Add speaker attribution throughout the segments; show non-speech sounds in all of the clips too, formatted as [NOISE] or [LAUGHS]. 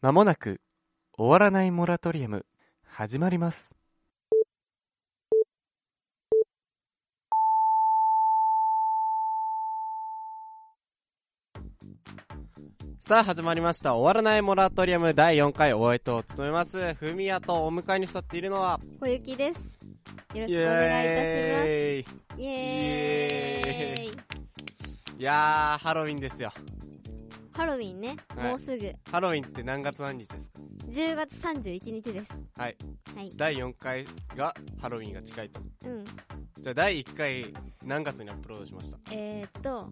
Speaker 1: まもなく終わらないモラトリアム始まります。さあ始まりました。終わらないモラトリアム第4回お相手を務めます。ふみやとお迎えに座っているのは、
Speaker 2: 小雪で
Speaker 1: イ
Speaker 2: す。よろしくお願いいたし
Speaker 1: エーイ
Speaker 2: ます。イエーイ
Speaker 1: イエいやー、ハロウィンですよ。
Speaker 2: ハロウィンね、
Speaker 1: はい
Speaker 2: もうすぐ
Speaker 1: ハロウィンって何月何日ですか
Speaker 2: 10月31日です。
Speaker 1: はい。
Speaker 2: はい。
Speaker 1: 第4回がハロウィンが近いと。
Speaker 2: うん。
Speaker 1: じゃあ第1回何月にアップロードしました
Speaker 2: えーっと、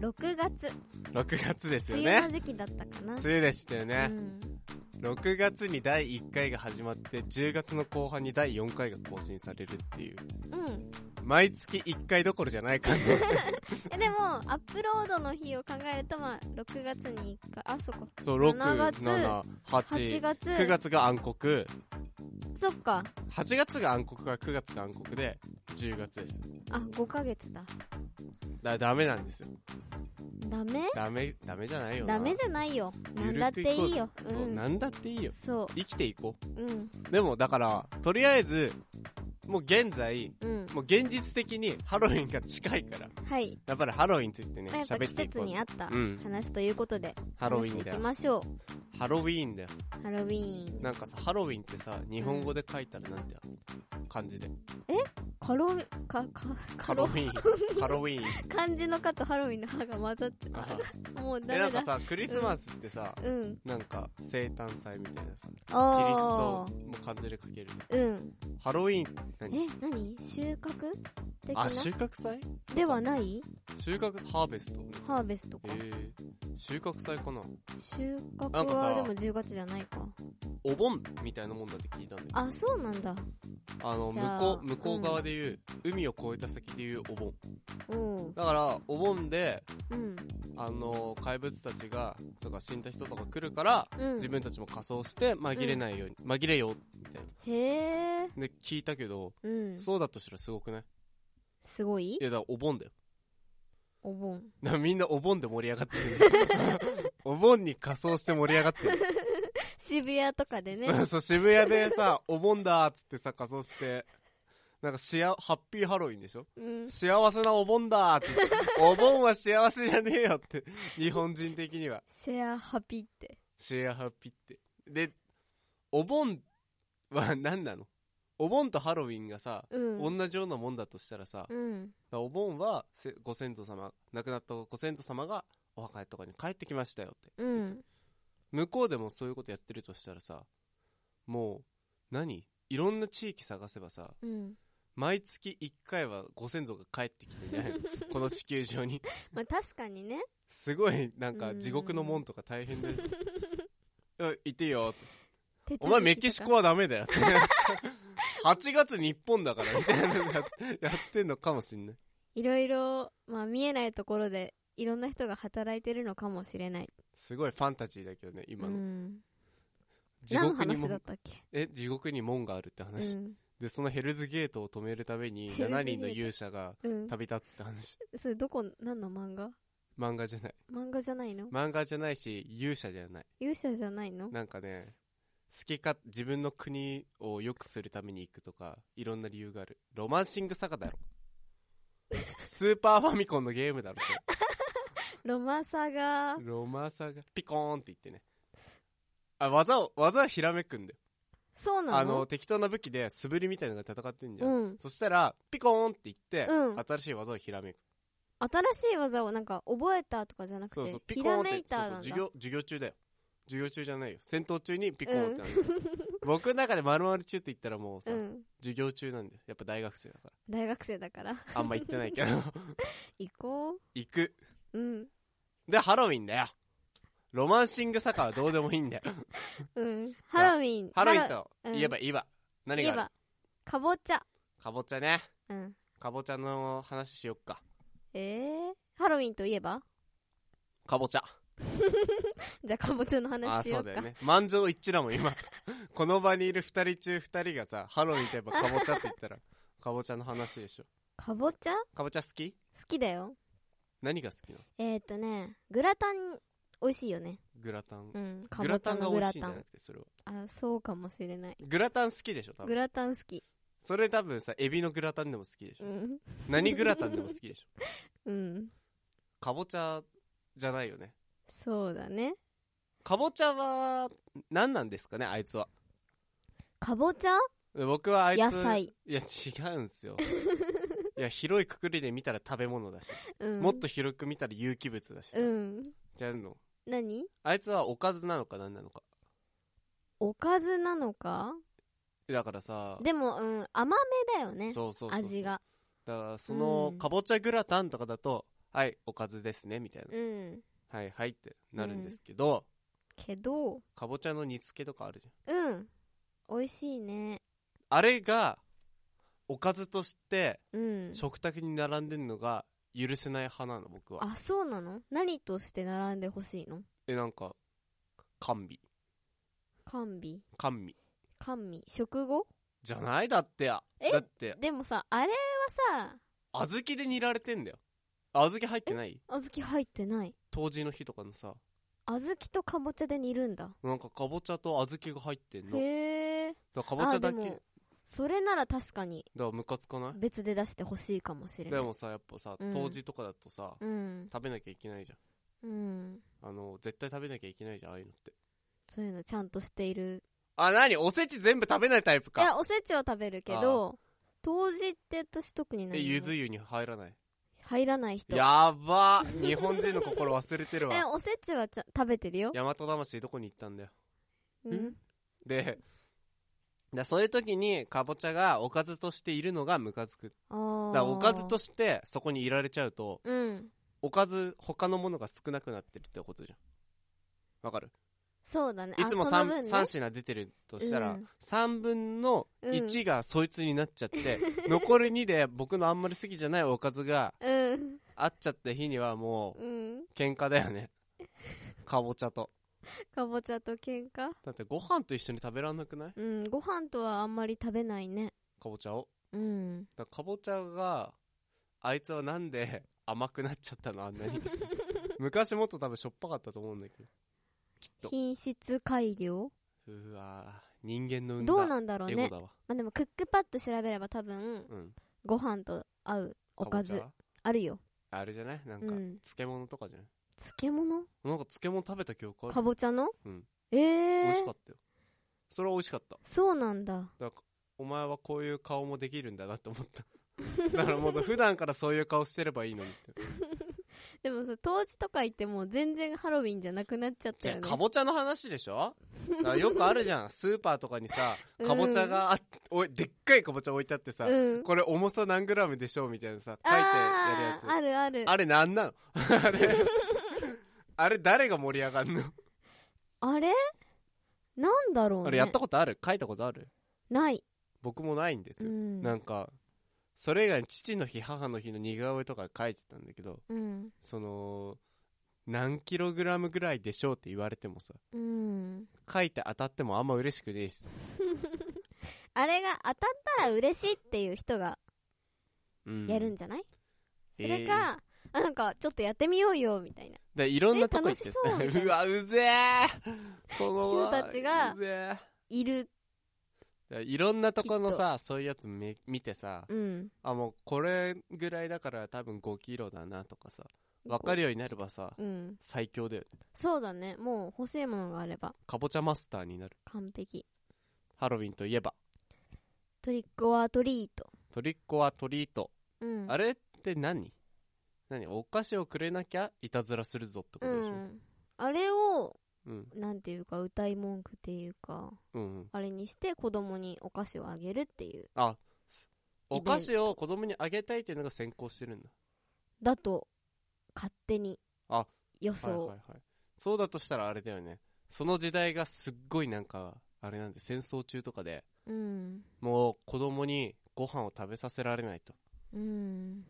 Speaker 2: 6月、
Speaker 1: ?6 月ですよ
Speaker 2: 梅雨
Speaker 1: ね
Speaker 2: の。時期だったかな。
Speaker 1: 梅雨でしたよ
Speaker 2: う
Speaker 1: ね。
Speaker 2: ん。
Speaker 1: 6月に第1回が始まって、10月の後半に第4回が更新されるっていう。
Speaker 2: うん。
Speaker 1: 毎月1回どころじゃない
Speaker 2: [LAUGHS]
Speaker 1: 感じ。
Speaker 2: え、でも、アップロードの日を考えると、まあ、6月に1回、あ、そっか、
Speaker 1: そう、6、
Speaker 2: 7月
Speaker 1: 7、
Speaker 2: 8
Speaker 1: 8。
Speaker 2: 月、
Speaker 1: 9月が暗黒。
Speaker 2: そっか、
Speaker 1: 8月が暗黒が9月が暗黒で、10月です。
Speaker 2: あ、5ヶ月だ。
Speaker 1: だ、ダメなんですよ。
Speaker 2: ダメ
Speaker 1: ダメ、ダメじゃないよな。
Speaker 2: ダメじゃないよ。な
Speaker 1: ゆ
Speaker 2: んだ
Speaker 1: るく
Speaker 2: っていいよ。
Speaker 1: こう
Speaker 2: う
Speaker 1: そう、
Speaker 2: ん。
Speaker 1: なんだっていいよ。
Speaker 2: そ
Speaker 1: 生きていこう。
Speaker 2: う。うん。
Speaker 1: でも、だから、とりあえず、もう現在、
Speaker 2: うん。
Speaker 1: もう現実的にハロウィンが近いから、
Speaker 2: はい。
Speaker 1: やっぱりハロウィンについてね、
Speaker 2: まあやっぱ
Speaker 1: 喋
Speaker 2: 季
Speaker 1: っていこ
Speaker 2: 節
Speaker 1: う。
Speaker 2: に合った
Speaker 1: うん
Speaker 2: 話ということで、
Speaker 1: ハロウィ
Speaker 2: 話
Speaker 1: ン
Speaker 2: して
Speaker 1: だ
Speaker 2: いき
Speaker 1: よ。
Speaker 2: ましょ
Speaker 1: ハロウィーンだよ。
Speaker 2: う。ハロウィーン。
Speaker 1: なんかさ、ハロウィンってさ、日本語で書いたらなんてやる漢字で。
Speaker 2: カロウィ、か、か、
Speaker 1: ハ
Speaker 2: カ
Speaker 1: ロ
Speaker 2: ロ
Speaker 1: ウ、ィン。ハロウィーン。
Speaker 2: 漢字のかとハロウィンの歯が混ざって、
Speaker 1: あ
Speaker 2: あもう
Speaker 1: で、な
Speaker 2: ダメ
Speaker 1: んか
Speaker 2: だ。
Speaker 1: さ、クリスマスってさ、
Speaker 2: うん。
Speaker 1: なんか生誕祭みたいなさ、キリス
Speaker 2: あ
Speaker 1: トも漢字で書ける。
Speaker 2: ー。うん。
Speaker 1: ハロウィーンって何
Speaker 2: え、何収穫的な
Speaker 1: あ、収穫祭
Speaker 2: ではない
Speaker 1: 収穫ハーベスト。
Speaker 2: ハーベストか。
Speaker 1: えー、収穫祭かな
Speaker 2: 収
Speaker 1: な
Speaker 2: 穫
Speaker 1: んかさ
Speaker 2: はでも10月じゃないか。
Speaker 1: お盆みたいなもんだって聞いたんだけど
Speaker 2: あ、そうなんだ。
Speaker 1: あの
Speaker 2: じ
Speaker 1: 向
Speaker 2: ゃあ
Speaker 1: こう向こう側でいう、海を越えた先でいうお盆
Speaker 2: うん。
Speaker 1: だからお盆で
Speaker 2: うん。
Speaker 1: あの怪物たちがとか死んだ人とか来るから、
Speaker 2: うん
Speaker 1: 自。分たちも仮装して紛れないように、紛れようみたい
Speaker 2: へー。
Speaker 1: なで聞いたけど、
Speaker 2: うん。
Speaker 1: そうだとしたらすごくない
Speaker 2: すごい
Speaker 1: いやだからお盆だよ
Speaker 2: お盆。
Speaker 1: だからみんなお盆で盛り上がってるんだよ
Speaker 2: [LAUGHS]
Speaker 1: お盆に仮装して盛り上がってる、
Speaker 2: 渋谷とかで
Speaker 1: [LAUGHS]
Speaker 2: ね。
Speaker 1: そうそう渋谷でさお盆だーっつってさ仮装してなんかしあハッピーハロウィンでしょ
Speaker 2: うん。
Speaker 1: 幸せなお盆だーって言って。お盆は幸せじゃねえよって。日本人的には。
Speaker 2: シェアハピって。
Speaker 1: シェアハッピーって。で、お盆は何なのお盆とハロウィンがさ、
Speaker 2: うん。
Speaker 1: 同じようなもんだとしたらさ、
Speaker 2: うん。
Speaker 1: お盆はせご先祖様、亡くなったご先祖様がお墓とかに帰ってきましたよって。
Speaker 2: うん。
Speaker 1: 向こうでもそういうことやってるとしたらさ、もう、何いろんな地域探せばさ、
Speaker 2: うん。
Speaker 1: 毎月1回はご先祖が帰ってきてんじゃないのこの地球上に。
Speaker 2: まあ確かにね。
Speaker 1: すごい、なんか、地獄の門とか大変
Speaker 2: [LAUGHS]
Speaker 1: で。うん行っていいよって。
Speaker 2: 手続きとか
Speaker 1: お前メキシコはダメだよって。8月日本だから、みたいなのややってんのかもしんない。
Speaker 2: いろいろ、まあ見えないところで、いろんな人が働いてるのかもしれない。
Speaker 1: すごいファンタジーだけどね、
Speaker 2: う
Speaker 1: 今の。
Speaker 2: ん。
Speaker 1: 地
Speaker 2: 何の
Speaker 1: 獄に
Speaker 2: 話だ
Speaker 1: 門
Speaker 2: っ、たっけ
Speaker 1: え、地獄に門があるって
Speaker 2: う
Speaker 1: 話。
Speaker 2: ん。
Speaker 1: で、そのヘルズゲートを止めるため
Speaker 2: [LAUGHS]
Speaker 1: に、
Speaker 2: ヘルズゲート
Speaker 1: 7人の勇者が
Speaker 2: うん。
Speaker 1: 旅立つって話。
Speaker 2: それどこ、何の漫画
Speaker 1: 漫画じゃない。
Speaker 2: 漫画じゃないの
Speaker 1: 漫画じゃないし、勇者じゃない。
Speaker 2: 勇者じゃない [LAUGHS] の
Speaker 1: なんかね、好きか、自分の国を良くするために行くとか、いろんな理由がある。ロマンシングサガだろ。スーパーファミコンのゲー
Speaker 2: [LAUGHS]
Speaker 1: ムだろ、そ
Speaker 2: ロマサガ
Speaker 1: れ。ロマサガ。ピコーンって言ってね。あ、技を、技はひらめくんだよ。
Speaker 2: そうなの
Speaker 1: あの、適当な武器で素振りみたいなのが戦ってんじゃん。
Speaker 2: うん。
Speaker 1: そしたら、ピコーンって言って、
Speaker 2: うん
Speaker 1: 新しい技をひらめく。
Speaker 2: 新しい技をなんか覚えたとかじゃなく
Speaker 1: そうそう、ピ
Speaker 2: て、ひ
Speaker 1: コーン
Speaker 2: ら
Speaker 1: って
Speaker 2: めいた
Speaker 1: そう
Speaker 2: な
Speaker 1: そうん授
Speaker 2: だ。
Speaker 1: 業、授業中だよ。授業中じゃないよ。戦闘中にピコーンってなる、僕の中で丸々中って言ったらもうさ、
Speaker 2: うん。
Speaker 1: 授業中なんだよ。やっぱ大学生だか
Speaker 2: 大学生だから。
Speaker 1: ら。あんま行ってないけ
Speaker 2: [LAUGHS]
Speaker 1: ど。
Speaker 2: 行こう。
Speaker 1: 行く。
Speaker 2: うん。
Speaker 1: で、ハロウィンだよ。ロマンシングサカはどうでもいいんだよ。
Speaker 2: うん。ハロウィン。
Speaker 1: ハロウィン
Speaker 2: ハ
Speaker 1: と言えば言えば。何
Speaker 2: 言
Speaker 1: があ
Speaker 2: え
Speaker 1: る
Speaker 2: ば、かぼちゃ。
Speaker 1: かぼちゃね。
Speaker 2: うん。
Speaker 1: かぼちゃの話しよっか。
Speaker 2: えー、ハロウィンといえば [LAUGHS]
Speaker 1: かぼちゃ。
Speaker 2: じゃあかぼちゃの
Speaker 1: あ
Speaker 2: 話
Speaker 1: ー、
Speaker 2: しよ
Speaker 1: そうう
Speaker 2: か
Speaker 1: だよね。満場一致だもん、今。 [LAUGHS] この場にいる二人中二人がさ、ハロウィンといえばかぼちゃって言ったら、かぼちゃの話でしょ。
Speaker 2: かぼちゃ好
Speaker 1: かぼちゃ好き
Speaker 2: きだよ
Speaker 1: 何が好きなの
Speaker 2: えー、っとねグラタン美味しいよね
Speaker 1: グラタン
Speaker 2: うんか
Speaker 1: グ
Speaker 2: ぼ
Speaker 1: ラ
Speaker 2: ちゃ
Speaker 1: タンが
Speaker 2: の
Speaker 1: 美味
Speaker 2: グラ
Speaker 1: しいんじ
Speaker 2: タ
Speaker 1: ゃ
Speaker 2: ン
Speaker 1: なくてそれは
Speaker 2: あそうかもしれない
Speaker 1: グラタン好きでしょ多
Speaker 2: グ
Speaker 1: 分
Speaker 2: ラタン好き
Speaker 1: それ多分さエビのグラタンでも好きでし
Speaker 2: う
Speaker 1: ょ、
Speaker 2: ん
Speaker 1: 何グラタンでも好きでしょ
Speaker 2: うん
Speaker 1: かぼちゃじゃないよね
Speaker 2: そうだね
Speaker 1: かぼちゃは何なんですかねあいつは
Speaker 2: かぼちゃ
Speaker 1: 僕はあいつ
Speaker 2: 野菜、
Speaker 1: いや違うんす
Speaker 2: [LAUGHS]
Speaker 1: よいや広いくくりで見たら食べ物だし、
Speaker 2: うん、
Speaker 1: もっと広く見たら有機物だし、
Speaker 2: うん
Speaker 1: じゃあの
Speaker 2: 何
Speaker 1: あいつはおかずなのか何なのか
Speaker 2: おかずなのか
Speaker 1: だからさ
Speaker 2: でも、うん、甘めだよね
Speaker 1: そうそうそう
Speaker 2: 味が
Speaker 1: だからその
Speaker 2: うん
Speaker 1: かぼちゃグラタンとかだと、はいおかずですねみたいな、
Speaker 2: うん
Speaker 1: はいはいってなるんですけど、
Speaker 2: けど
Speaker 1: かぼちゃの煮付けとかあるじゃん
Speaker 2: うん美味しいね
Speaker 1: あれがおかずとして
Speaker 2: うん
Speaker 1: 食卓に並んでるのが許せない派なの僕は
Speaker 2: あそうなの何として並んでほしいの
Speaker 1: えなんか甘味
Speaker 2: 甘味
Speaker 1: 甘味
Speaker 2: 甘味食後
Speaker 1: じゃないだってや
Speaker 2: え
Speaker 1: だって
Speaker 2: でもさあれはさ
Speaker 1: 小豆で煮られてんだよ小豆入ってない
Speaker 2: 小豆入ってない
Speaker 1: 冬至の日とかのさ
Speaker 2: 小豆とかぼちゃで煮るんだ
Speaker 1: なんかかぼちゃと小豆が入ってんのだ
Speaker 2: へえ
Speaker 1: からかぼちゃだけ
Speaker 2: あで
Speaker 1: だ
Speaker 2: も
Speaker 1: か
Speaker 2: それなら確かに
Speaker 1: らムカつかない
Speaker 2: 別で出してほしいかもしれな
Speaker 1: で
Speaker 2: い
Speaker 1: もさやっぱさ
Speaker 2: うん
Speaker 1: 冬至とかだとさ、
Speaker 2: うん
Speaker 1: 食べなきゃいけないじ
Speaker 2: うん
Speaker 1: ゃんあの絶対食べなきゃいけないじゃんああいうのって
Speaker 2: そういうのちゃんとしている
Speaker 1: あ何おせち全部食べないタイプ
Speaker 2: い
Speaker 1: か
Speaker 2: やおせちは食べるけど当時って私特に
Speaker 1: え
Speaker 2: 何も
Speaker 1: ゆず湯に入らない
Speaker 2: 入らない人
Speaker 1: やば日本人の心忘れてる
Speaker 2: え
Speaker 1: わ
Speaker 2: おせちはちゃ食べてるよ、
Speaker 1: 大和魂どこに行ったんだよ
Speaker 2: うん、
Speaker 1: でだそういう時にかぼちゃがおかずとしているのがムカつく
Speaker 2: あ
Speaker 1: だ
Speaker 2: ー
Speaker 1: からおかずとしてそこにいられちゃうと
Speaker 2: うん
Speaker 1: おかず他のものが少なくなってるってことじゃんわかる
Speaker 2: そうだね
Speaker 1: いつも
Speaker 2: あその
Speaker 1: 3,
Speaker 2: 分ね
Speaker 1: 三品出てるとしたら、
Speaker 2: うん
Speaker 1: 3分の1がそいつになっちゃって、
Speaker 2: [LAUGHS]
Speaker 1: 残り2で僕のあんまり好きじゃないおかずが
Speaker 2: うん
Speaker 1: あっちゃった日にはも
Speaker 2: うん
Speaker 1: う喧嘩だよねかぼちゃと
Speaker 2: かぼちゃと喧嘩
Speaker 1: だってご飯と一緒に食べらんなくない
Speaker 2: うんご飯とはあんまり食べないね
Speaker 1: かぼちゃを
Speaker 2: うん
Speaker 1: だからかぼちゃがあいつはなんで甘くなっちゃったのあんな [LAUGHS] に昔もっと多分しょっぱかったと思うんだけどと
Speaker 2: 品質改良
Speaker 1: うわー人間の運
Speaker 2: どうなんだろう
Speaker 1: エゴ
Speaker 2: ね
Speaker 1: だわ
Speaker 2: まあでもクックパッド調べれば多分
Speaker 1: うん
Speaker 2: ご飯と合うおか
Speaker 1: ぼ
Speaker 2: ず
Speaker 1: ちゃ
Speaker 2: あるよ
Speaker 1: あれじゃないなんか、
Speaker 2: うん
Speaker 1: 漬物とかじゃない
Speaker 2: 漬物
Speaker 1: なんか漬物食べた記憶ある
Speaker 2: かぼちゃの、
Speaker 1: うん
Speaker 2: え
Speaker 1: 美
Speaker 2: え
Speaker 1: 味し
Speaker 2: ー
Speaker 1: か、ったよそれは美味しかった
Speaker 2: そうなんだ
Speaker 1: だからお前はこういう顔もできるんだなって思
Speaker 2: [LAUGHS]
Speaker 1: っただからもっと普段からそういう顔してればいいのにって
Speaker 2: でもさ当時とか行ってもう全然ハロウィンじゃなくなっちゃったよね
Speaker 1: かぼちゃの話でしょだからよくあるじゃ
Speaker 2: [LAUGHS]
Speaker 1: んスーパーとかにさかぼちゃがあっおいでっかいかぼちゃ置いてあってさ、
Speaker 2: うん
Speaker 1: これ重さ何グラムでしょうみたいなさ書いてやるや
Speaker 2: あ
Speaker 1: つ
Speaker 2: ーあるある
Speaker 1: あれなん [LAUGHS] なのあ
Speaker 2: [LAUGHS]
Speaker 1: れあれ誰が盛り上がんの、
Speaker 2: あれなんだろうね
Speaker 1: あれやったことある書いたことある
Speaker 2: ない、
Speaker 1: 僕もないんです
Speaker 2: う
Speaker 1: よ、
Speaker 2: ん、
Speaker 1: なんかそれ以外に父の日母の日の似顔絵とか書いてたんだけど
Speaker 2: うん
Speaker 1: その何キログラムぐらいでしょうって言われてもさ
Speaker 2: うん
Speaker 1: 書いて当たってもあんま嬉しくねえし
Speaker 2: あれが当たったら嬉しいっていう人が
Speaker 1: うん
Speaker 2: やるんじゃない、
Speaker 1: え
Speaker 2: そ
Speaker 1: ー
Speaker 2: れか、あなんかちょっとやってみようよみたいな
Speaker 1: でいろんなとこ行って
Speaker 2: え楽しそうみたいな
Speaker 1: [LAUGHS] うわうぜえその
Speaker 2: 人たちが
Speaker 1: うぜ
Speaker 2: いる
Speaker 1: えでいろんなとこのさそういうやつめ見てさ
Speaker 2: うん
Speaker 1: あもうこれぐらいだから多分5キロだなとかさ分かるようになればさ
Speaker 2: うん
Speaker 1: 最強だよね
Speaker 2: そうだねもう欲しいものがあれば
Speaker 1: かぼちゃマスターになる
Speaker 2: 完璧
Speaker 1: ハロウィンといえば
Speaker 2: トリックオアトリート
Speaker 1: トリックはトリート
Speaker 2: うん
Speaker 1: あれって何何お菓子をくれなきゃいたずらするぞってこ
Speaker 2: う
Speaker 1: とでしょ
Speaker 2: んあれを
Speaker 1: うん
Speaker 2: なんていうか歌い文句っていうか
Speaker 1: うんうん
Speaker 2: あれにして子供にお菓子をあげるっていう
Speaker 1: あお菓子を子供にあげたいっていうのが先行してるんだ
Speaker 2: だと勝手に
Speaker 1: あ
Speaker 2: 予
Speaker 1: はいはい
Speaker 2: 想
Speaker 1: はいそうだとしたらあれだよねその時代がすっごいなんかあれなんで戦争中とかで
Speaker 2: うん
Speaker 1: もう子供にご飯を食べさせられないと
Speaker 2: うん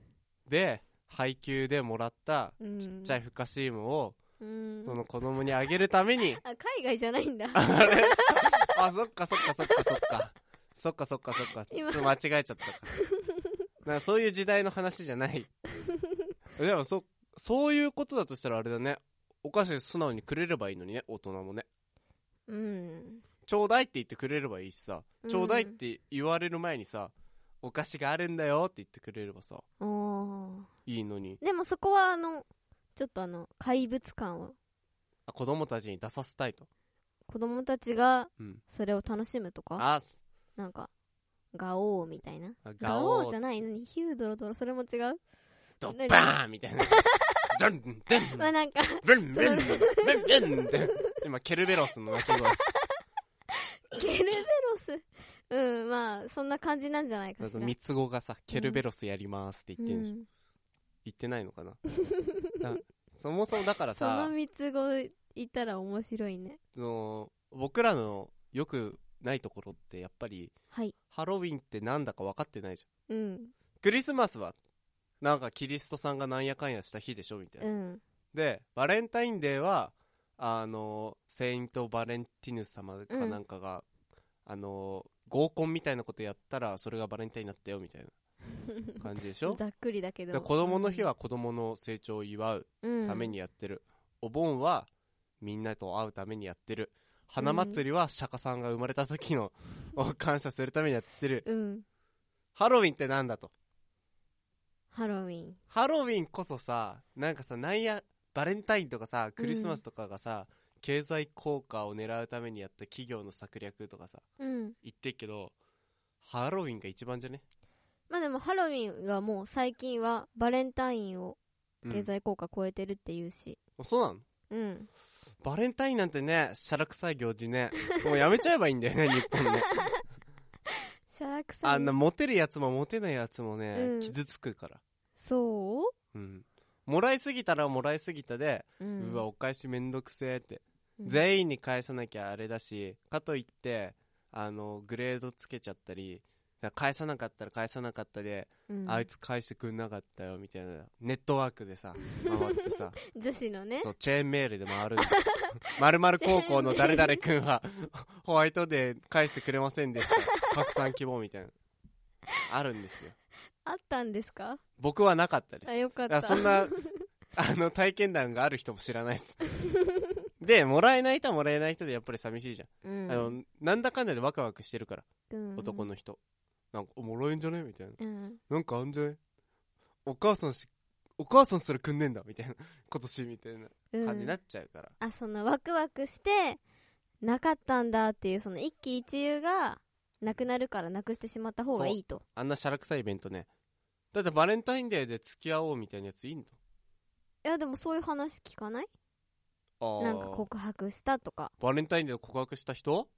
Speaker 1: で配給でもらった
Speaker 2: うん
Speaker 1: ちっちゃいフカシウムを
Speaker 2: うん
Speaker 1: その子供にあげるため
Speaker 2: [LAUGHS]
Speaker 1: に
Speaker 2: あ海外じゃない
Speaker 1: [LAUGHS]
Speaker 2: んだ
Speaker 1: あれあそっかそっかそっかそっかそっかそっかそっかちょ
Speaker 2: 今
Speaker 1: っと間違えちゃったかなんかそういう時代の話じゃないでもそそういうことだとしたらあれだねお菓子素直にくれればいいのにね大人もね
Speaker 2: うん
Speaker 1: ちょうだいって言ってくれればいいしさ
Speaker 2: うん
Speaker 1: ちょうだいって言われる前にさお菓子があるんだよって言ってくれればさ
Speaker 2: あー
Speaker 1: いいのに
Speaker 2: でもそこはあのちょっとあの怪物感を
Speaker 1: あ子供たちに出させたいと
Speaker 2: 子供たちが
Speaker 1: うん
Speaker 2: それを楽しむとか
Speaker 1: あ
Speaker 2: なんかガオーみたいな
Speaker 1: あガ
Speaker 2: ガ
Speaker 1: オー
Speaker 2: オーじゃないのにヒュードロドロそれも違う
Speaker 1: ド
Speaker 2: 何
Speaker 1: ッバーンみたいなドンドンドン
Speaker 2: まあなんか [LAUGHS]
Speaker 1: ブンブンブンブンって今ケルベロスの鳴き声
Speaker 2: ケルベロスうんまあそんな感じなんじゃないかしら
Speaker 1: 三つ子がさ「ケルベロスやります」って言ってるでしょ、
Speaker 2: うん
Speaker 1: 言ってないのかななそもそもだから
Speaker 2: その
Speaker 1: さ
Speaker 2: 三つ子いたら面白いね
Speaker 1: その僕らのよくないところってやっぱり
Speaker 2: はい
Speaker 1: ハロウィンってなんだか分かってないじゃん
Speaker 2: うん
Speaker 1: クリスマスはなんかキリストさんがなんやかんやした日でしょみたいな、
Speaker 2: うん
Speaker 1: でバレンタインデーはあのセイント・バレンティヌス様かなんかが、あの合コンみたいなことやったらそれがバレンタインになったよみたいな感じでし
Speaker 2: [LAUGHS]
Speaker 1: ょ
Speaker 2: ざっくりだけど
Speaker 1: で子供の日は子供の成長を祝う
Speaker 2: た
Speaker 1: ためにやってる、お盆はみんなと会うためにやってる花祭りは釈迦さんが生まれた時の、を感謝するためにやってる
Speaker 2: うん
Speaker 1: ハロウィンってなんだと
Speaker 2: ハロウィン
Speaker 1: ハロウィンこそさなんかさなんやバレンタインとかさクリスマスとかがさ、経済効果を狙うためにやった企業の策略とかさ
Speaker 2: うん
Speaker 1: 言ってっけどハロウィンが一番じゃね、
Speaker 2: まあでもハロウィンがもう最近はバレンタインを
Speaker 1: うん
Speaker 2: 経済効果超えてるっていうし
Speaker 1: そうなの
Speaker 2: うん
Speaker 1: バレンタインなんてねしゃらくさい行事ねもうやめちゃえばいいんだよ
Speaker 2: [LAUGHS]
Speaker 1: ね日本ね
Speaker 2: しゃらくさい
Speaker 1: あんなモテるやつもモテないやつもね、
Speaker 2: うん
Speaker 1: 傷つくから
Speaker 2: そ
Speaker 1: うんもらいすぎたらもらいすぎたで、
Speaker 2: う、う、
Speaker 1: うんわお返しめんどくせえって、
Speaker 2: うん
Speaker 1: 全員に返さなきゃあれだしかといってあのグレードつけちゃったりだから返さなかったら返さなかったで、
Speaker 2: うん
Speaker 1: あいつ返してくんなかったよみたいなネットワークでさ回って
Speaker 2: [LAUGHS]
Speaker 1: さ
Speaker 2: 女子のね
Speaker 1: そうチェーンメールで回る [LAUGHS] んだよ〇〇高校の誰々君は [LAUGHS] ホワイトデー返してくれませんでした拡散希望みたいなあるんですよ
Speaker 2: あったんですか
Speaker 1: 僕はなかったです
Speaker 2: あよかっ
Speaker 1: だ
Speaker 2: た
Speaker 1: からそんなあの体験談がある人も知らないですでもらえない人はもらえない人でやっぱり寂しいじゃん、
Speaker 2: うん、
Speaker 1: あのなんだかんだでワクワクしてるから
Speaker 2: うん
Speaker 1: 男の人、なんかおもらえんじゃねみたいな
Speaker 2: うん
Speaker 1: なんかあんじゃねお母さんしお母さんすらくんねえんだみたいな [LAUGHS] 今年みたいな
Speaker 2: うん
Speaker 1: 感じになっちゃうから、
Speaker 2: あそのワクワクしてなかったんだっていうその一喜一憂がなくなるからなくしてしまった方がいいと
Speaker 1: あんなしゃらくさいイベントねだってバレンタインデーで付き合おうみたいなやついいんだ
Speaker 2: いやでもそういう話聞かない
Speaker 1: あー
Speaker 2: なんか告白したとか
Speaker 1: バレンタインデーで告白した人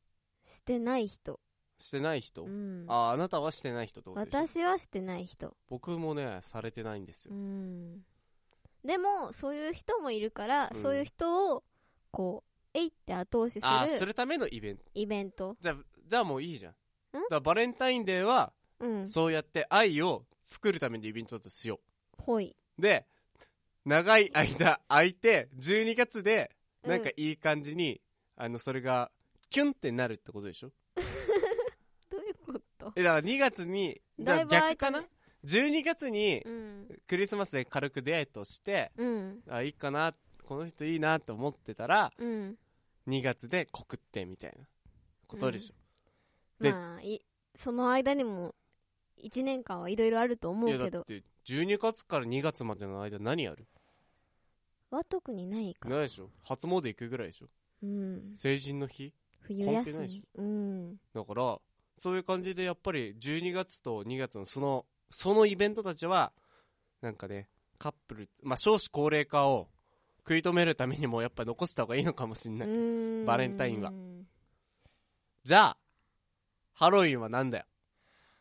Speaker 2: してない人、
Speaker 1: してない人、
Speaker 2: うん、
Speaker 1: あーあなたはしてない人ってことでしょ
Speaker 2: 私はしてない人
Speaker 1: 僕もねされてないんですよ
Speaker 2: うんでもそういう人もいるから、
Speaker 1: うん
Speaker 2: そういう人をこうえいって後押し
Speaker 1: あー
Speaker 2: す
Speaker 1: す
Speaker 2: る
Speaker 1: るためのイベント
Speaker 2: イベント
Speaker 1: じゃあじゃあもういいじゃんだからバレンタインデーは
Speaker 2: うん
Speaker 1: そうやって愛を作るためのイベントだとしよ
Speaker 2: ほいう
Speaker 1: で長い間空いて12月で
Speaker 2: うん
Speaker 1: なんかいい感じに、あのそれがキュンってなるってことでしょ
Speaker 2: どういうこと
Speaker 1: えだから2月に
Speaker 2: だいぶ
Speaker 1: だから
Speaker 2: 空
Speaker 1: 逆
Speaker 2: いた
Speaker 1: かな
Speaker 2: ね
Speaker 1: 12月に
Speaker 2: うん
Speaker 1: クリスマスで軽く出会いとして
Speaker 2: うん
Speaker 1: あいいかなこの人いいなと思ってたら
Speaker 2: うん
Speaker 1: 2月で告ってみたいなことでしょ、で
Speaker 2: まあいその間にも1年間はいろいろあると思
Speaker 1: いうや
Speaker 2: け
Speaker 1: だっ
Speaker 2: ど
Speaker 1: て12月から2月までの間何やる
Speaker 2: は特にないか
Speaker 1: ないでしょ初詣行くぐらいでしょ
Speaker 2: うん
Speaker 1: 成人の日
Speaker 2: 冬
Speaker 1: 関係
Speaker 2: 休
Speaker 1: ないでし
Speaker 2: みうん
Speaker 1: だからそういう感じでやっぱり12月と2月のそのそのイベントたちはなんかねカップルまあ少子高齢化を食い止めるためにもやっぱ残した方がいいのかもしん
Speaker 2: う
Speaker 1: ない、
Speaker 2: ーん
Speaker 1: バレンタインはじゃあハロウィンはなんだよ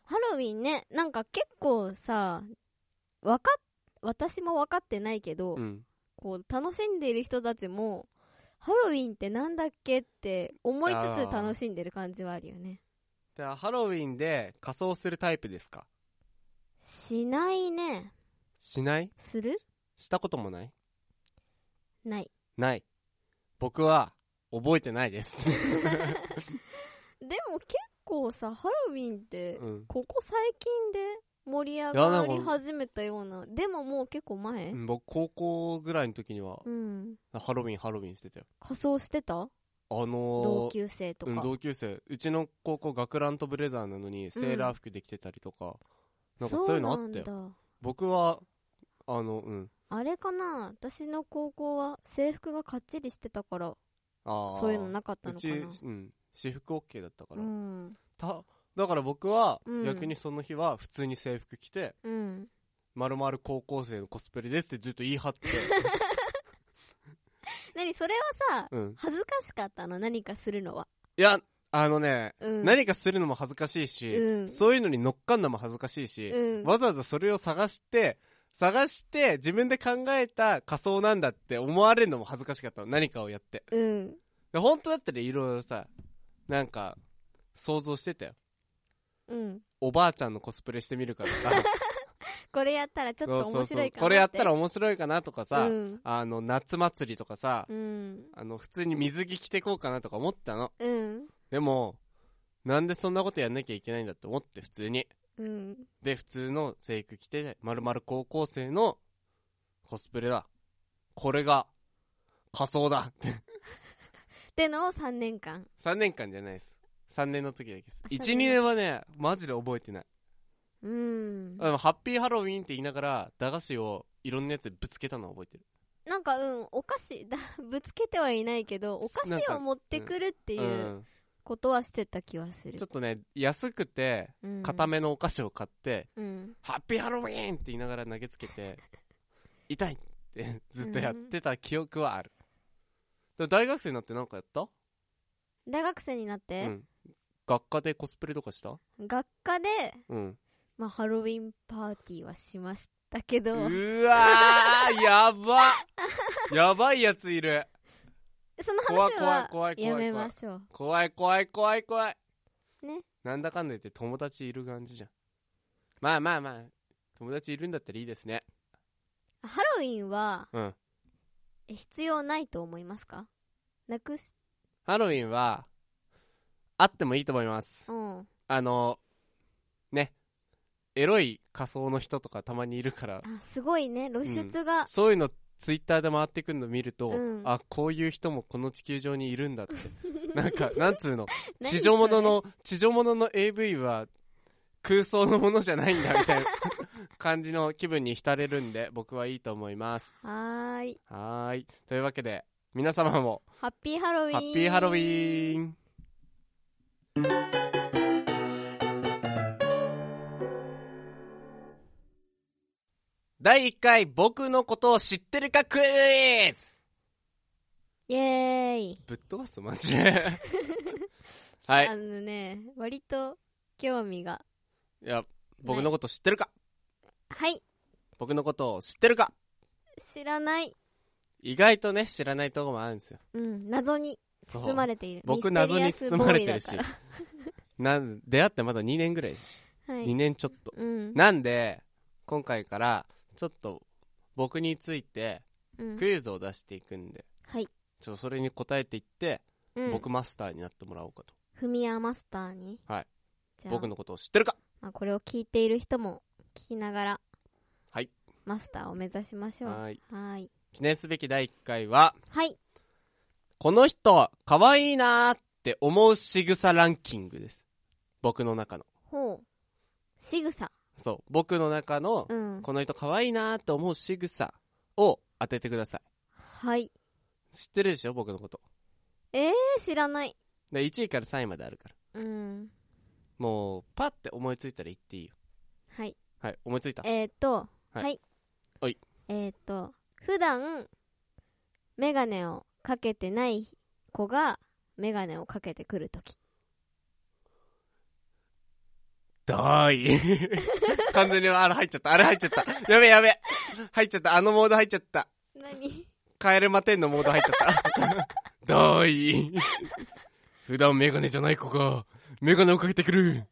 Speaker 2: ハロウィンねなんか結構さわかっ私も分かってないけど、
Speaker 1: うん
Speaker 2: こう楽しんでいる人たちもハロウィンってなんだっけって思いつつ楽しんでる感じはあるよね
Speaker 1: じゃあハロウィンで仮装するタイプですか
Speaker 2: しないね
Speaker 1: しない
Speaker 2: する
Speaker 1: したこともない
Speaker 2: ない
Speaker 1: ない僕は覚えてない
Speaker 2: [LAUGHS]
Speaker 1: です、
Speaker 2: でも結構さハロウィンって
Speaker 1: うん、
Speaker 2: ここ最近で盛り上
Speaker 1: いやな
Speaker 2: が
Speaker 1: んか
Speaker 2: り始めたようなでももう結構前、
Speaker 1: うん僕高校ぐらいの時には
Speaker 2: うん、
Speaker 1: ハロウィンハロウィンしてたよ
Speaker 2: 仮装してた
Speaker 1: あのー
Speaker 2: 同級生とか、
Speaker 1: うん、同級生うちの高校学ランとブレザーなのにセーラー服で着てたりとか、なんかそういうのあったよ
Speaker 2: そうなんだ
Speaker 1: 僕はあのうん
Speaker 2: あれかな私の高校は制服がかっちりしてたから
Speaker 1: ああ
Speaker 2: そういうのなかった
Speaker 1: う
Speaker 2: のか
Speaker 1: ち、
Speaker 2: な
Speaker 1: うん、私服 OK だったから、
Speaker 2: うん
Speaker 1: ただから僕は
Speaker 2: うん
Speaker 1: 逆にその日は普通に制服着て
Speaker 2: うん
Speaker 1: まるまる高校生のコスプレですってずっと言い張
Speaker 2: [LAUGHS]
Speaker 1: って、
Speaker 2: 何それはさ
Speaker 1: うん、
Speaker 2: 恥ずかしかったの何かするのは、
Speaker 1: いやあのね、
Speaker 2: うん、
Speaker 1: 何かするのも恥ずかしいし、
Speaker 2: うん
Speaker 1: そういうのに乗っかんのも恥ずかしいし、
Speaker 2: うん
Speaker 1: わざわざそれを探して、探して自分で考えた仮想なんだって思われるのも恥ずかしかったの。何かをやって。
Speaker 2: うん
Speaker 1: で本当だったらいろいろさ、なんか、想像してたよ。
Speaker 2: うん
Speaker 1: おばあちゃんのコスプレしてみる
Speaker 2: [LAUGHS]
Speaker 1: からさ。
Speaker 2: これやったらちょっと
Speaker 1: そう
Speaker 2: 面
Speaker 1: そうそ
Speaker 2: 白
Speaker 1: う
Speaker 2: いかなって
Speaker 1: これやったら面白いかなとかさ、
Speaker 2: うん
Speaker 1: あの、夏祭りとかさ、
Speaker 2: うん
Speaker 1: あの、普通に水着着てこうかなとか思ったの。
Speaker 2: うん
Speaker 1: でも、なんでそんなことやんなきゃいけないんだって思って、普通に。
Speaker 2: うん
Speaker 1: で、普通の制服着て、まるまる高校生のコスプレだ。これが仮装だ [LAUGHS] って。
Speaker 2: ってのを3年間
Speaker 1: 3年間じゃないです。3年の時だけです。
Speaker 2: あ
Speaker 1: 1、
Speaker 2: 三
Speaker 1: 2
Speaker 2: 年
Speaker 1: 年はね、マジで覚えてない。
Speaker 2: うん
Speaker 1: あの、ハッピーハロウィンって言いながら、駄菓子をいろんなやつでぶつけたのは覚えてる。
Speaker 2: なんかうんお菓子だぶつけてはいないけどお菓
Speaker 1: なん
Speaker 2: 子
Speaker 1: か。
Speaker 2: を持ってくるっていううんことはしてた気はする
Speaker 1: ちょっとね、安くて、
Speaker 2: うん
Speaker 1: 固めのお菓子を買って、
Speaker 2: うん
Speaker 1: ハッピーハロウィンって言いながら投げつけて、痛いってずっとやってた記憶はある。でも大学生になってなんかやった
Speaker 2: 大学生になっ
Speaker 1: う
Speaker 2: て、
Speaker 1: ん、学科でコスプレとかした
Speaker 2: 学科で、
Speaker 1: うん
Speaker 2: まあ、ハロウィンパーティーはしましたけ
Speaker 1: う
Speaker 2: ど
Speaker 1: わーやばやばいやついる
Speaker 2: その
Speaker 1: 怖い
Speaker 2: 話
Speaker 1: 怖い
Speaker 2: は
Speaker 1: 怖い怖い怖い
Speaker 2: やめましょう
Speaker 1: 怖い怖い怖い怖い
Speaker 2: ね
Speaker 1: なんだかんだ言って友達いる感じじゃんまあまあまあ友達いるんだったらいいですね
Speaker 2: ハロウィンは
Speaker 1: うん
Speaker 2: え必要ないと思いますかなくし
Speaker 1: ハロウィンはあってもいいと思います
Speaker 2: うん
Speaker 1: あのねエロい仮装の人とかたまにいるから
Speaker 2: あすごいね露出が、
Speaker 1: そういうのツイッターで回ってくるの見ると、
Speaker 2: うん
Speaker 1: あこういう人もこの地球上にいるんだってなんかなんつうの
Speaker 2: 何
Speaker 1: 地上ものの地上ものの AV は空想のものじゃないんだみたいな感じの気分に浸れるんで [LAUGHS] 僕はいいと思います
Speaker 2: それはーい
Speaker 1: はーいというわけで皆様も
Speaker 2: ハッピーハロウィン
Speaker 1: ハッピーハロウィーン第1回僕のことを知ってるかクイズ
Speaker 2: イエーイ
Speaker 1: ぶっ飛ばすマジ
Speaker 2: [LAUGHS]
Speaker 1: ではい
Speaker 2: あのね割と興味が
Speaker 1: いや僕のこと知ってるか
Speaker 2: はい
Speaker 1: 僕のことを知ってるか
Speaker 2: 知らない
Speaker 1: 意外とね知らないとこもあるんですよ
Speaker 2: うん謎に包まれている
Speaker 1: 僕謎に包まれ
Speaker 2: [LAUGHS]
Speaker 1: てるし
Speaker 2: ミステリアスボーイだか
Speaker 1: なん出会ってまだ2年ぐらいですし、
Speaker 2: らはい
Speaker 1: 2年ちょっと
Speaker 2: うん
Speaker 1: なんで今回からちょっと僕について
Speaker 2: うん
Speaker 1: クイズを出していくんで、
Speaker 2: はい、
Speaker 1: ちょっとそれに答えていって、
Speaker 2: うん、
Speaker 1: 僕マスターになってもらおうかと
Speaker 2: フミヤマスターに
Speaker 1: はい
Speaker 2: じゃあ
Speaker 1: 僕のことを知ってるか
Speaker 2: まあ、これを聞いている人も聞きながら
Speaker 1: はい
Speaker 2: マスターを目指しましょうは
Speaker 1: はい
Speaker 2: ーい
Speaker 1: 記念すべき第1回は
Speaker 2: はい
Speaker 1: この人可愛いなーって思う仕草ランキングです僕の中の
Speaker 2: ほう仕草
Speaker 1: そう僕の中の
Speaker 2: うん
Speaker 1: この人可愛いなーって思う仕草を当ててください
Speaker 2: はい
Speaker 1: 知ってるでしょ僕のこと
Speaker 2: え知らない
Speaker 1: で1位から3位まであるから
Speaker 2: うん
Speaker 1: もうパッて思いついたら言っていいよ
Speaker 2: はい
Speaker 1: はい思いついた
Speaker 2: えー、っと
Speaker 1: はい
Speaker 2: はい、
Speaker 1: おい
Speaker 2: えー、っと普段メガネをかけてない子がメガネをかけてくるとき
Speaker 1: だーい [LAUGHS] 完全にあれ入っちゃったあれ入っちゃったやべやべ入っちゃったあのモード入っちゃった
Speaker 2: 何
Speaker 1: カエルマテンのモード入っちゃ [LAUGHS] っただーい普段メガネじゃない子がメガネをかけてくる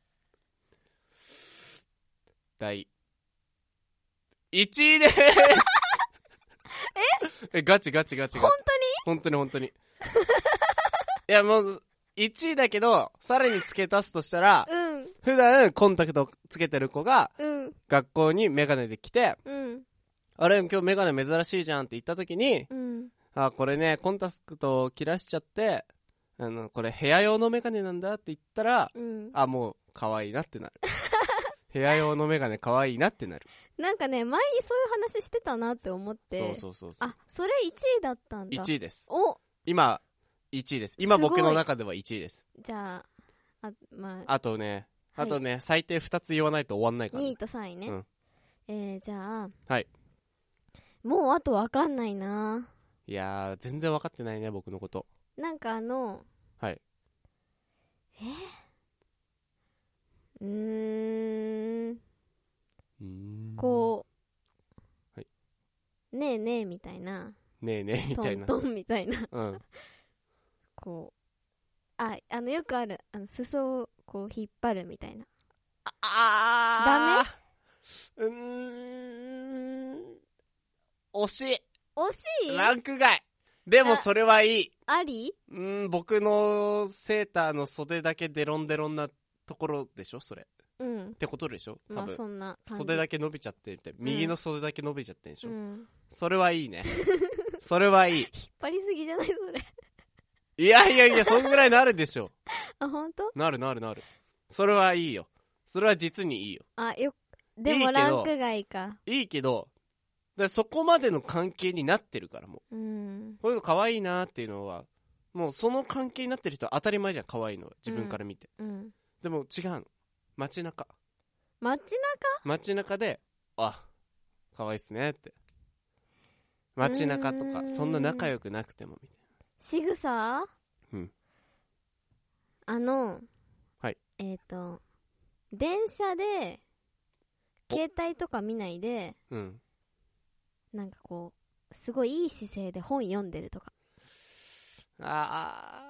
Speaker 1: 第1位ですえガチガチガチガチ
Speaker 2: 本
Speaker 1: 本当に本当にいやもう1位だけど、さらに付け足すとしたら、
Speaker 2: [LAUGHS] うん
Speaker 1: 普段コンタクトつけてる子が、
Speaker 2: うん
Speaker 1: 学校にメガネで来て、
Speaker 2: うん
Speaker 1: あれ、今日メガネ珍しいじゃんって言った時に、
Speaker 2: うん
Speaker 1: あ、これね、コンタクトを切らしちゃって、あの、これ部屋用のメガネなんだって言ったら、
Speaker 2: うん
Speaker 1: あ、もう、可愛いな
Speaker 2: [LAUGHS]
Speaker 1: ってなる。部屋用のメガネ可愛いなってなる。
Speaker 2: なんかね前にそういう話してたなって思って
Speaker 1: そうそうそうそう。
Speaker 2: あそれ1位だったんだ
Speaker 1: 1位です。
Speaker 2: お
Speaker 1: 今、1位です。今
Speaker 2: すごい
Speaker 1: 僕の中では1位です。
Speaker 2: じゃああまあ
Speaker 1: あとね、
Speaker 2: はい
Speaker 1: あとね、最低2つ言わないと終わんないから、
Speaker 2: 2位
Speaker 1: ね。
Speaker 2: と3位ね、
Speaker 1: うん
Speaker 2: えー、じゃあ
Speaker 1: はい
Speaker 2: もうあとわかんないない
Speaker 1: やー、全然分かってないね、僕のこと。
Speaker 2: なんかあの
Speaker 1: はい
Speaker 2: えー、うーん
Speaker 1: うーん
Speaker 2: こう、
Speaker 1: はい
Speaker 2: ねえねえみたいな
Speaker 1: ねえねえ、みたいな。
Speaker 2: トントンみたいな
Speaker 1: うん。
Speaker 2: こうああのよくあるあの裾をこう引っ張るみたいな
Speaker 1: あーダメうーん。惜し
Speaker 2: 惜し
Speaker 1: い。
Speaker 2: い
Speaker 1: ランク外。でも
Speaker 2: あ
Speaker 1: それはいい。
Speaker 2: あり
Speaker 1: うーん、僕のセーターの袖だけデロンデロンなところでしょそれ。っ
Speaker 2: うん
Speaker 1: てことでしょ多
Speaker 2: まあ
Speaker 1: 分。
Speaker 2: そんな感じ
Speaker 1: 袖だけ伸びちゃってみたい。右の袖だけ伸びちゃってんでしょ、
Speaker 2: うん、
Speaker 1: それはいい
Speaker 2: [LAUGHS]
Speaker 1: ね。それはいい。
Speaker 2: 引っ張りすぎじゃないそれ
Speaker 1: いやいやいや、そんぐらいなるでしょ。
Speaker 2: あ本当
Speaker 1: なるなるなる。それはいいよ。それは実にいいよ。
Speaker 2: あよで
Speaker 1: いいけ
Speaker 2: も
Speaker 1: ど
Speaker 2: ランク外か
Speaker 1: いいけど、だからそこまでの関係になってるからもう。
Speaker 2: うん
Speaker 1: こういうの可愛いなっていうのは、もうその関係になってる人は当たり前じゃん、可愛いのは。自分から見て。
Speaker 2: うん
Speaker 1: でも違うの。街中。
Speaker 2: 街中
Speaker 1: 街中で、あ、可愛いっすねって。街中と
Speaker 2: う
Speaker 1: か、
Speaker 2: ーん
Speaker 1: そんな仲良くなくてもみたい
Speaker 2: 仕草
Speaker 1: うん
Speaker 2: あの
Speaker 1: はい
Speaker 2: えっ、と電車で
Speaker 1: お
Speaker 2: 携帯とか見ないで
Speaker 1: な。うん。
Speaker 2: なんかこうすごいいい姿勢で本読んでるとか
Speaker 1: あ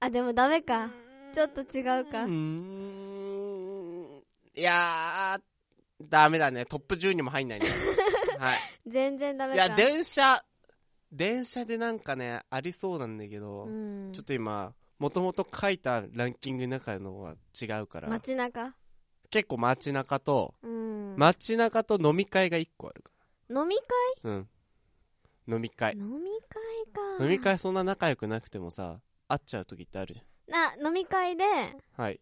Speaker 2: あでもダメ
Speaker 1: ー。
Speaker 2: かちょっと違うか
Speaker 1: うーん。いやー、ダメだね。トップ10にも入ん
Speaker 2: [LAUGHS]
Speaker 1: ないね。はい。
Speaker 2: 全然ダメ
Speaker 1: い
Speaker 2: か
Speaker 1: や、電車、電車でなんかね、ありそうなんだけど、
Speaker 2: うん
Speaker 1: ちょっと今、もともと書いたランキングの中のは違うから、
Speaker 2: 街中
Speaker 1: 結構街中と、
Speaker 2: うん、
Speaker 1: 街中と飲み会が1個あるか
Speaker 2: 飲み
Speaker 1: ら。うん。飲み会
Speaker 2: 会。飲み会か
Speaker 1: 飲み会そんな仲良くなくてもさ、会っちゃう時ってあるじ
Speaker 2: な飲み会で
Speaker 1: ゃん。はい。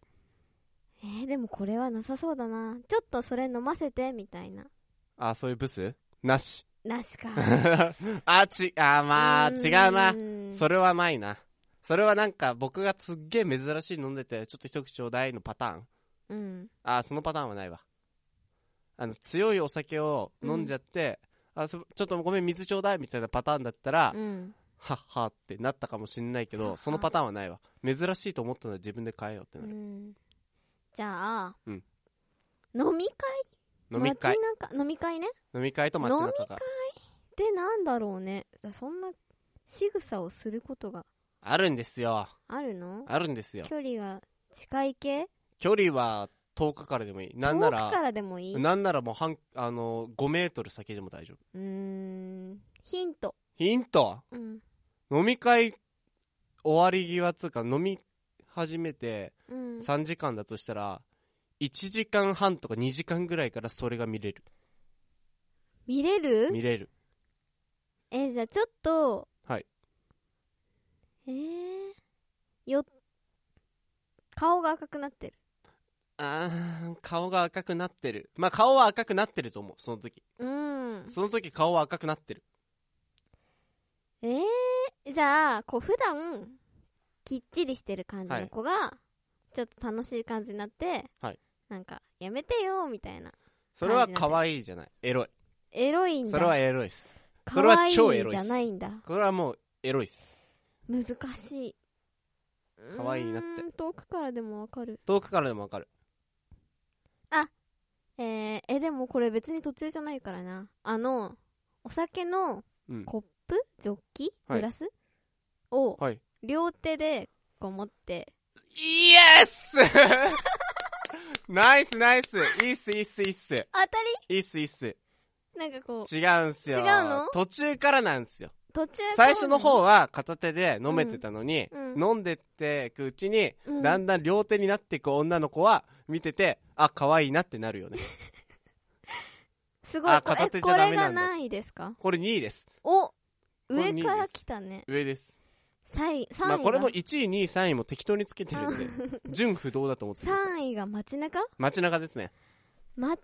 Speaker 2: えー、でもこれはなさそうだなちょっとそれ飲ませてみたいな
Speaker 1: あ、そういうブスなし。 [LAUGHS]
Speaker 2: なしか
Speaker 1: あ、ち、あ、まあ、
Speaker 2: う
Speaker 1: 違
Speaker 2: ーん
Speaker 1: うな。それはないな。それはなんか僕がすっげえ珍しい飲んでて、ちょっと一口ちょうだいのパターン。
Speaker 2: うん
Speaker 1: あーそのパターンはないわあの強いお酒を飲んじゃって、あそちょっとごめん水ちょうだいみたいなパターンだったら、
Speaker 2: うん
Speaker 1: はっはってなったかもしんないけ
Speaker 2: はっ
Speaker 1: ど
Speaker 2: は
Speaker 1: そのパターンはないわ珍しいと思ったので自分で変えようって
Speaker 2: う
Speaker 1: なる、
Speaker 2: んじゃあ、
Speaker 1: うん
Speaker 2: 飲み会
Speaker 1: 飲み会
Speaker 2: 街中飲み会ね
Speaker 1: 飲み会と街中が
Speaker 2: でなんだろうねそんな仕草をすることが
Speaker 1: あるんですよ
Speaker 2: あるの
Speaker 1: あるんですよ
Speaker 2: 距離が近い系
Speaker 1: 距離は10日からでもいいなんな
Speaker 2: 遠く
Speaker 1: ら
Speaker 2: からでもいいう
Speaker 1: なんならもう半あの5メートル先でも大丈夫
Speaker 2: ーんヒント
Speaker 1: ヒント
Speaker 2: うん
Speaker 1: 飲み会終わり際つうか飲み始めて
Speaker 2: うん
Speaker 1: 3時間だとしたら1時間半とか2時間ぐらいからそれが見れる
Speaker 2: 見れる
Speaker 1: 見れる
Speaker 2: えーじゃあちょっと
Speaker 1: はい
Speaker 2: えー、よ顔が赤くなってる
Speaker 1: あー顔が赤くなってるまあ顔は赤くなってると思うその時
Speaker 2: うん
Speaker 1: その時顔は赤くなってる
Speaker 2: えー、じゃあこう普段きっちりしてる感じ
Speaker 1: は
Speaker 2: の
Speaker 1: い
Speaker 2: 子が、ちょっと楽しい感じになって、
Speaker 1: はい
Speaker 2: なんかやめてよみたいな
Speaker 1: それは可愛いじゃないエロい
Speaker 2: エロいんだ
Speaker 1: それはエロいっすそれ
Speaker 2: 可
Speaker 1: は
Speaker 2: 愛い
Speaker 1: 超エロいっ
Speaker 2: じ
Speaker 1: す
Speaker 2: ゃないんだ
Speaker 1: これはもうエロいっす
Speaker 2: 難しい
Speaker 1: 可愛いなって
Speaker 2: うーん遠くからでもわかる
Speaker 1: 遠くからでもわかる
Speaker 2: えー、えでもこれ別に途中じゃないからなあのお酒の
Speaker 1: うん
Speaker 2: コップジョッキ
Speaker 1: はい
Speaker 2: グラス、を
Speaker 1: はい
Speaker 2: 両手でこう持って
Speaker 1: イエスナイスナイスいいっすいいっすいいっす
Speaker 2: 当た
Speaker 1: いいっすいいっす
Speaker 2: りなんかこう
Speaker 1: 違うんすよ
Speaker 2: 違うの
Speaker 1: 途中からなんすよ
Speaker 2: 途途中
Speaker 1: 最初の方は片手で飲めてたのに、
Speaker 2: うん
Speaker 1: 飲んでっていくうちに、
Speaker 2: うん
Speaker 1: だんだん両手になっていく女の子は見ててあ可愛いなってなるよね
Speaker 2: すごい
Speaker 1: あ
Speaker 2: これ
Speaker 1: 片
Speaker 2: え
Speaker 1: 手
Speaker 2: こ
Speaker 1: じゃダ
Speaker 2: れ
Speaker 1: メ
Speaker 2: が
Speaker 1: なんだ
Speaker 2: 何位ですか
Speaker 1: これ2位です
Speaker 2: お
Speaker 1: れ
Speaker 2: 上
Speaker 1: 二位
Speaker 2: から
Speaker 1: です
Speaker 2: 来たね
Speaker 1: 上です
Speaker 2: 3位3位が、
Speaker 1: まあこれも1位2位3位も適当につけてるん [LAUGHS] で純不動だと思ってます
Speaker 2: 3位が街中
Speaker 1: 街中ですね
Speaker 2: 街中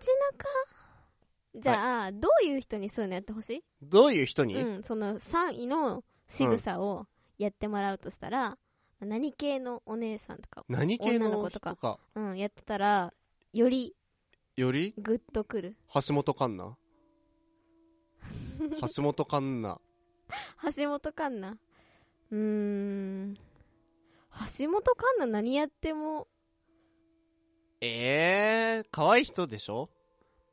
Speaker 2: じゃあ、どういう人にそういうのやってほし
Speaker 1: どういう人
Speaker 2: い、
Speaker 1: に、
Speaker 2: うん、その3位の仕草をやってもらうとしたら、何系のお姉さんとか、
Speaker 1: 何系
Speaker 2: 女の
Speaker 1: の
Speaker 2: 子と
Speaker 1: 人
Speaker 2: か
Speaker 1: か
Speaker 2: うん、やってたらより
Speaker 1: より
Speaker 2: グッとくる
Speaker 1: 橋本環奈橋本環奈
Speaker 2: 橋本環奈うーん橋本環奈何やっても
Speaker 1: [LAUGHS] ええー、可愛い人でしょ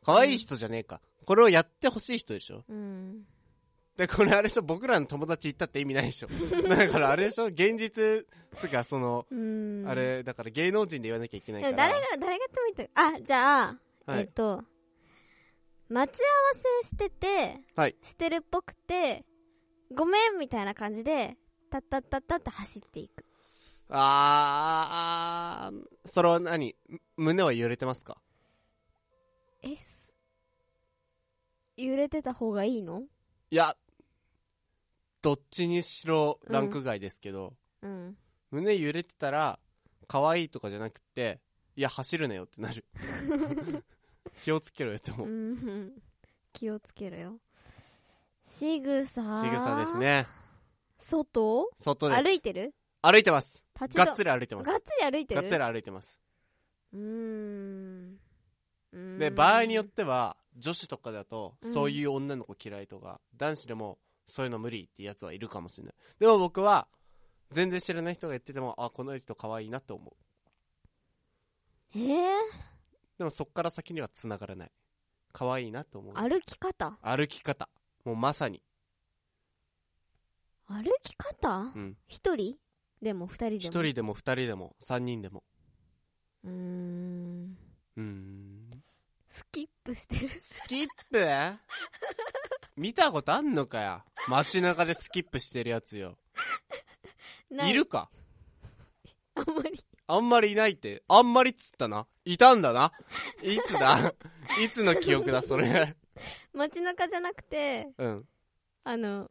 Speaker 1: 可愛い人じゃねえか。これをやってほしい人でしょ
Speaker 2: うん
Speaker 1: で、これあれでしょ僕らの友達行ったって意味ないで [LAUGHS] しょだからあれでしょ現実、つうかその、
Speaker 2: うーん
Speaker 1: あれ、だから芸能人で言わなきゃいけない
Speaker 2: で
Speaker 1: か
Speaker 2: も
Speaker 1: ら。
Speaker 2: 誰が誰がやってもいいとあじゃあ
Speaker 1: は
Speaker 2: えっ
Speaker 1: い。
Speaker 2: と待ち合わせしてて、
Speaker 1: はい
Speaker 2: してるっぽくてごめんみたいな感じでタッタッタッタッと走っていく
Speaker 1: あー、それは何む胸は揺れてますか
Speaker 2: えす揺れてた方がいいの
Speaker 1: いや、どっちにしろランク外ですけど、
Speaker 2: うん
Speaker 1: 胸揺れてたら、可愛いとかじゃなくて、いや、走るなよってなる。気をつけろよって思
Speaker 2: う
Speaker 1: う。
Speaker 2: ん [LAUGHS] 気をつけろよ仕草
Speaker 1: 仕草ですね。
Speaker 2: 外
Speaker 1: 外です。
Speaker 2: 歩いてる
Speaker 1: 歩いてます。
Speaker 2: 立ち
Speaker 1: がっつ
Speaker 2: り
Speaker 1: り歩いてます。
Speaker 2: がっつり歩いて
Speaker 1: が
Speaker 2: る
Speaker 1: っつり歩いてます。
Speaker 2: うーんうーん
Speaker 1: で、場合によっては、女子とかだと、
Speaker 2: うん
Speaker 1: そういう女の子嫌いとか、男子でも、そういうの無理ってやつはいるかもしれない。でも僕は、全然知らない人が言ってても、あ、この人可愛いなって思う。
Speaker 2: えー、
Speaker 1: でもそっから先には繋がらない。可愛いなって思う。
Speaker 2: 歩き方
Speaker 1: 歩き方。もうまさに。
Speaker 2: 歩き方
Speaker 1: うん。
Speaker 2: 一人でも二人でも
Speaker 1: 一人でも二人でも、三人でも。
Speaker 2: うーん
Speaker 1: うーん。
Speaker 2: スキップして
Speaker 1: [LAUGHS]
Speaker 2: る
Speaker 1: スキップ見たことあんのかよ。街中でスキップしてるやつよ。
Speaker 2: ない
Speaker 1: るか
Speaker 2: あんまり
Speaker 1: あんまりいないって。あんまりっつったな。いたんだな。いつ
Speaker 2: [LAUGHS]
Speaker 1: だいつの記憶だ、それ。
Speaker 2: 街中じゃなくて
Speaker 1: うん。
Speaker 2: あの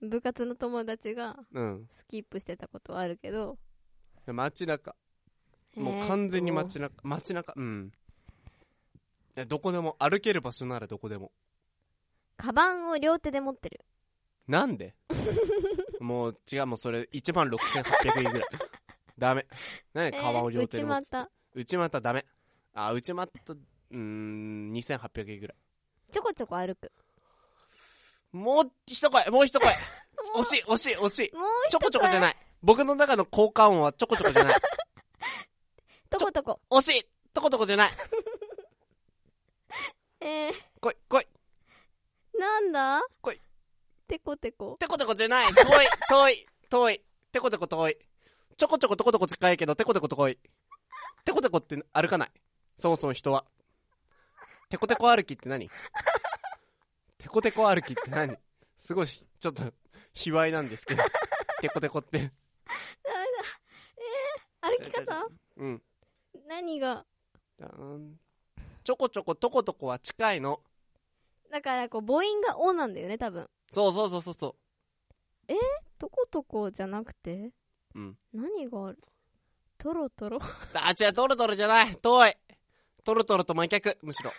Speaker 2: 部活の友達が
Speaker 1: うん。
Speaker 2: スキップしてたことはあるけど
Speaker 1: 街中。もう完全に街中。街中。うん。いやどこでも、歩ける場所ならどこでも。
Speaker 2: カバンを両手で持ってる
Speaker 1: なん
Speaker 2: [LAUGHS]
Speaker 1: でもう違う、もうそれ1万6800円ぐらい。ダメ。何カバンを両手で持
Speaker 2: えー
Speaker 1: つ
Speaker 2: 内。股
Speaker 1: 内股ダメ。あ、内股、うーん、2800円ぐらい。
Speaker 2: ちょこちょこ歩く
Speaker 1: もう一声、もう
Speaker 2: [LAUGHS]
Speaker 1: 一声。惜しい、惜しい、惜しい。
Speaker 2: もう一
Speaker 1: ちょこちょこじゃ
Speaker 2: い
Speaker 1: ない。僕の中の効果音はちょこちょこじゃ
Speaker 2: [LAUGHS]
Speaker 1: ない。
Speaker 2: とことこ
Speaker 1: 惜しいとことこじゃない。
Speaker 2: え
Speaker 1: 来い、来い。
Speaker 2: ー、なんだ
Speaker 1: 来い
Speaker 2: てこてこ
Speaker 1: てことこじゃ
Speaker 2: [LAUGHS]
Speaker 1: ない。遠い、遠い、遠い。てことこ遠い。ちょこちょことことこ近いけど、てことこ遠い。てことこって歩かない。そもそも人は。てこてこ歩きって何てこてこ歩きって何すごい、ちょっと、卑猥なんですけど。てこてこって。
Speaker 2: 歩き方
Speaker 1: うん。
Speaker 2: 何が
Speaker 1: あーちょこちょことことこは近いの。
Speaker 2: だからこう母音が「お」なんだよね多分
Speaker 1: そうそうそうそうそう。
Speaker 2: とことこじゃなくて
Speaker 1: うん
Speaker 2: 何があるトロトロ [LAUGHS]
Speaker 1: あ、違う、トロトロじゃない。遠い。トロトロと真逆、むしろ。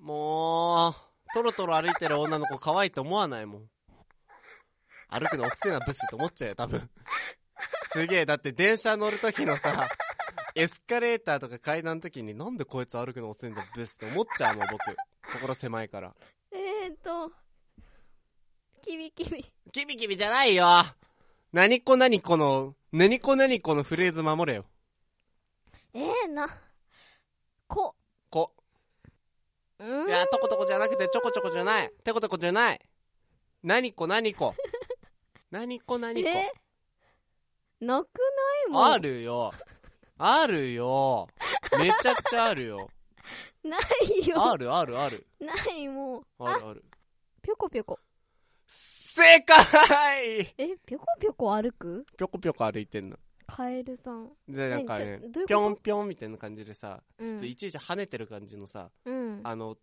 Speaker 1: もう、トロトロ歩いてる女の子可愛いと思わないもん。歩くのおっせえなブスと思っちゃうよ、多分。すげえ、だって電車乗る時のさ、エスカレーターとか階段の時になんでこいつ歩くのおっせえんだブスと思っちゃうもん、僕。心狭いから。
Speaker 2: えーとキビキビ
Speaker 1: キビキビじゃないよ何こ何この、何こ何このフレーズ守れよ。
Speaker 2: えー、なこ
Speaker 1: こ。
Speaker 2: うーん
Speaker 1: いや、とことこじゃなくて、ちょこちょこじゃない。てことこじゃない。何こ何
Speaker 2: [LAUGHS]
Speaker 1: こ。何こ何こ。
Speaker 2: えなくないもん
Speaker 1: あるよ。あるよ。めちゃくちゃあるよ。
Speaker 2: ないよ
Speaker 1: あるあるある。
Speaker 2: ないもう
Speaker 1: あるある。
Speaker 2: ぴょこぴょこ
Speaker 1: 正解
Speaker 2: えぴょこぴょこ歩く
Speaker 1: ぴょこぴょこ歩いてんの。
Speaker 2: カエルさん
Speaker 1: で、なんかね
Speaker 2: 何ちょどういうこと、
Speaker 1: ぴょんぴょんみたいな感じでさ、
Speaker 2: うん
Speaker 1: ちょっといちいち跳ねてる感じのさ、
Speaker 2: うん
Speaker 1: あの、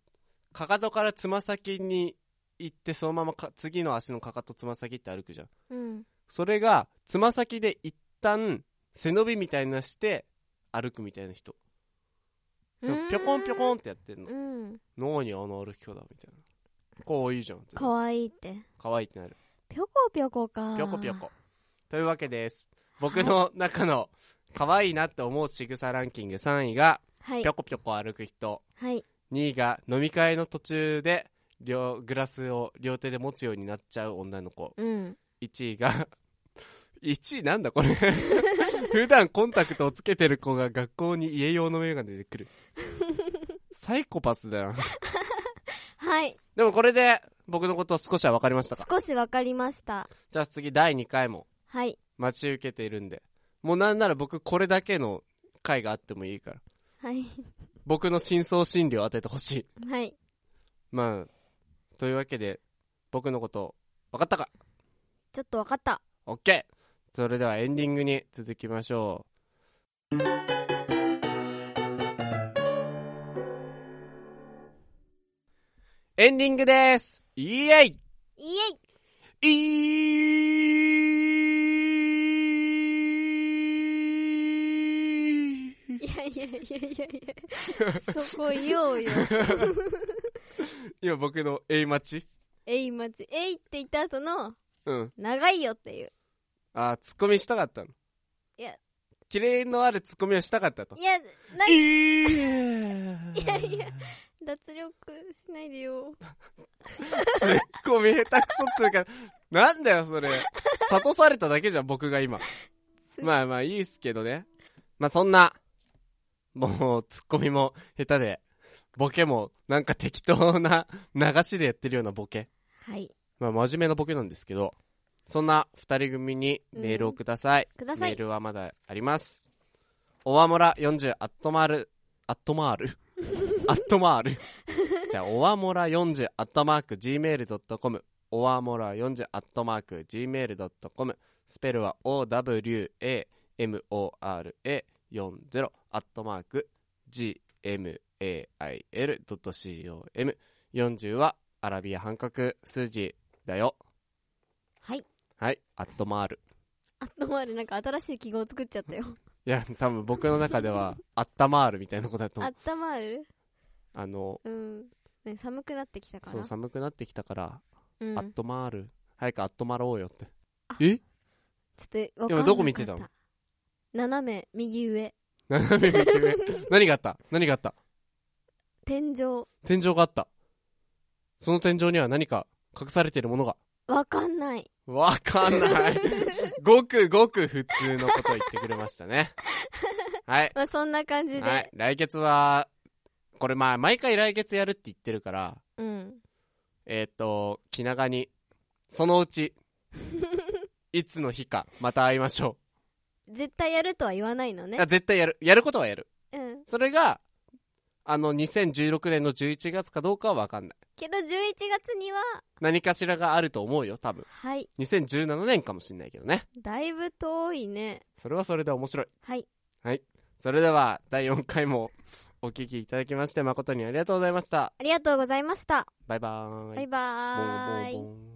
Speaker 1: かかとからつま先に行って、そのままか次の足のかかとつま先って歩くじゃん。
Speaker 2: うん
Speaker 1: それが、つま先で一旦、背伸びみたいなして、歩くみたいな人。でもぴょこんぴょこんってやってんの
Speaker 2: う。ん
Speaker 1: 脳にあの歩き方みたいな。こういいじゃんって。
Speaker 2: かわいいって
Speaker 1: かわいいってなる。
Speaker 2: ぴょこぴょこか
Speaker 1: ぴょこぴょこ。というわけです。僕の中の、かわいいなって思う仕草ランキング3位が、
Speaker 2: はい
Speaker 1: ぴょこぴょこ歩く人。
Speaker 2: はい
Speaker 1: 2位が飲み会の途中で両グラスを両手で持つようになっちゃう女の子
Speaker 2: うん
Speaker 1: 1位が [LAUGHS] 1位なんだこれ [LAUGHS] 普段コンタクトをつけてる子が学校に家用のメガネで来るサイコパスだな
Speaker 2: はい
Speaker 1: でもこれで僕のこと少しは分かりましたか
Speaker 2: 少しわかりました
Speaker 1: じゃあ次第2回も
Speaker 2: はい
Speaker 1: 待ち受けているんでもうなんなら僕これだけの回があってもいいから
Speaker 2: はい
Speaker 1: 僕の真相心理を当ててほしい
Speaker 2: はい
Speaker 1: まあというわけで僕のこと分かったか
Speaker 2: ちょっとわかった
Speaker 1: オッケーそれではエンディングに続きましょうエンディングですイエイ
Speaker 2: イエイ
Speaker 1: イ
Speaker 2: いやいやいやいやいやそこ言おうよ
Speaker 1: 今僕の A 待ち
Speaker 2: えいまちえいって言った後の
Speaker 1: うん
Speaker 2: 長いよっていう
Speaker 1: あーツッコミしたかったの
Speaker 2: いや
Speaker 1: 綺麗のあるツッコミをしたかったと
Speaker 2: いやないい
Speaker 1: い
Speaker 2: やいや脱力しないでよ
Speaker 1: ツッコミ下手くそっつうか、なんだよそれ。諭されただけじゃん、僕が今。まあまあいいっすけどね。まあそんな、もうツッコミも下手で、ボケもなんか適当な流しでやってるようなボケ。
Speaker 2: はい
Speaker 1: まあ真面目なボケなんですけど、そんな二人組にメールをください。
Speaker 2: くださ
Speaker 1: メー
Speaker 2: い
Speaker 1: ルはまだあります。おわもら40アットマール、アットマ
Speaker 2: [LAUGHS]
Speaker 1: ールアットマール。じゃあ、おわもら40アットマーク gmail.com。おわもら40アットマーク gmail.com。スペルは owamora40 アットマーク gmail.com。40はアラビア半角数字だよ。
Speaker 2: はい
Speaker 1: はい、アットマール。
Speaker 2: あっとまるなんか新しい記号作っちゃったよ
Speaker 1: いや、多分僕の中では、あったまーるみたいなことだと思
Speaker 2: あ
Speaker 1: う
Speaker 2: っ。たまる
Speaker 1: あの、
Speaker 2: うん、ね、寒くなってきたから
Speaker 1: そう、寒くなってきたから、
Speaker 2: うん、
Speaker 1: あっとまーる。早くあっとまろうよって。
Speaker 2: ちょっとわかんなかった
Speaker 1: 今どこ見てたの
Speaker 2: 斜め右上
Speaker 1: 斜め [LAUGHS] 右上。何があった何があった
Speaker 2: 天井
Speaker 1: 天井があった。その天井には何か隠されているものが。
Speaker 2: わかんない
Speaker 1: わかん
Speaker 2: [LAUGHS]
Speaker 1: ない。ごくごく普通のことを言ってくれましたね。はい。
Speaker 2: まあそんな感じで、
Speaker 1: はい。来月は、これまあ、毎回来月やるって言ってるから、
Speaker 2: うん
Speaker 1: えっ、と、気長に、そのうち、いつの日か、また会いましょ
Speaker 2: 絶対やるとは言わないの
Speaker 1: う。
Speaker 2: ね
Speaker 1: あ絶対やる。やることはやる。
Speaker 2: うん
Speaker 1: それが、あの、2016年の11月かどうかはわかんない。
Speaker 2: けど11月には
Speaker 1: 何かしらがあると思うよ、多分。
Speaker 2: はい
Speaker 1: 2017年かもしんないけどね。
Speaker 2: だいぶ遠いね
Speaker 1: それはそれで面白い。
Speaker 2: はい
Speaker 1: それでは、第4回もお聞きいただきまして、誠にありがとうございました。
Speaker 2: ありがとうございました
Speaker 1: バイバーイ。
Speaker 2: バイバーイ
Speaker 1: ボンボンボン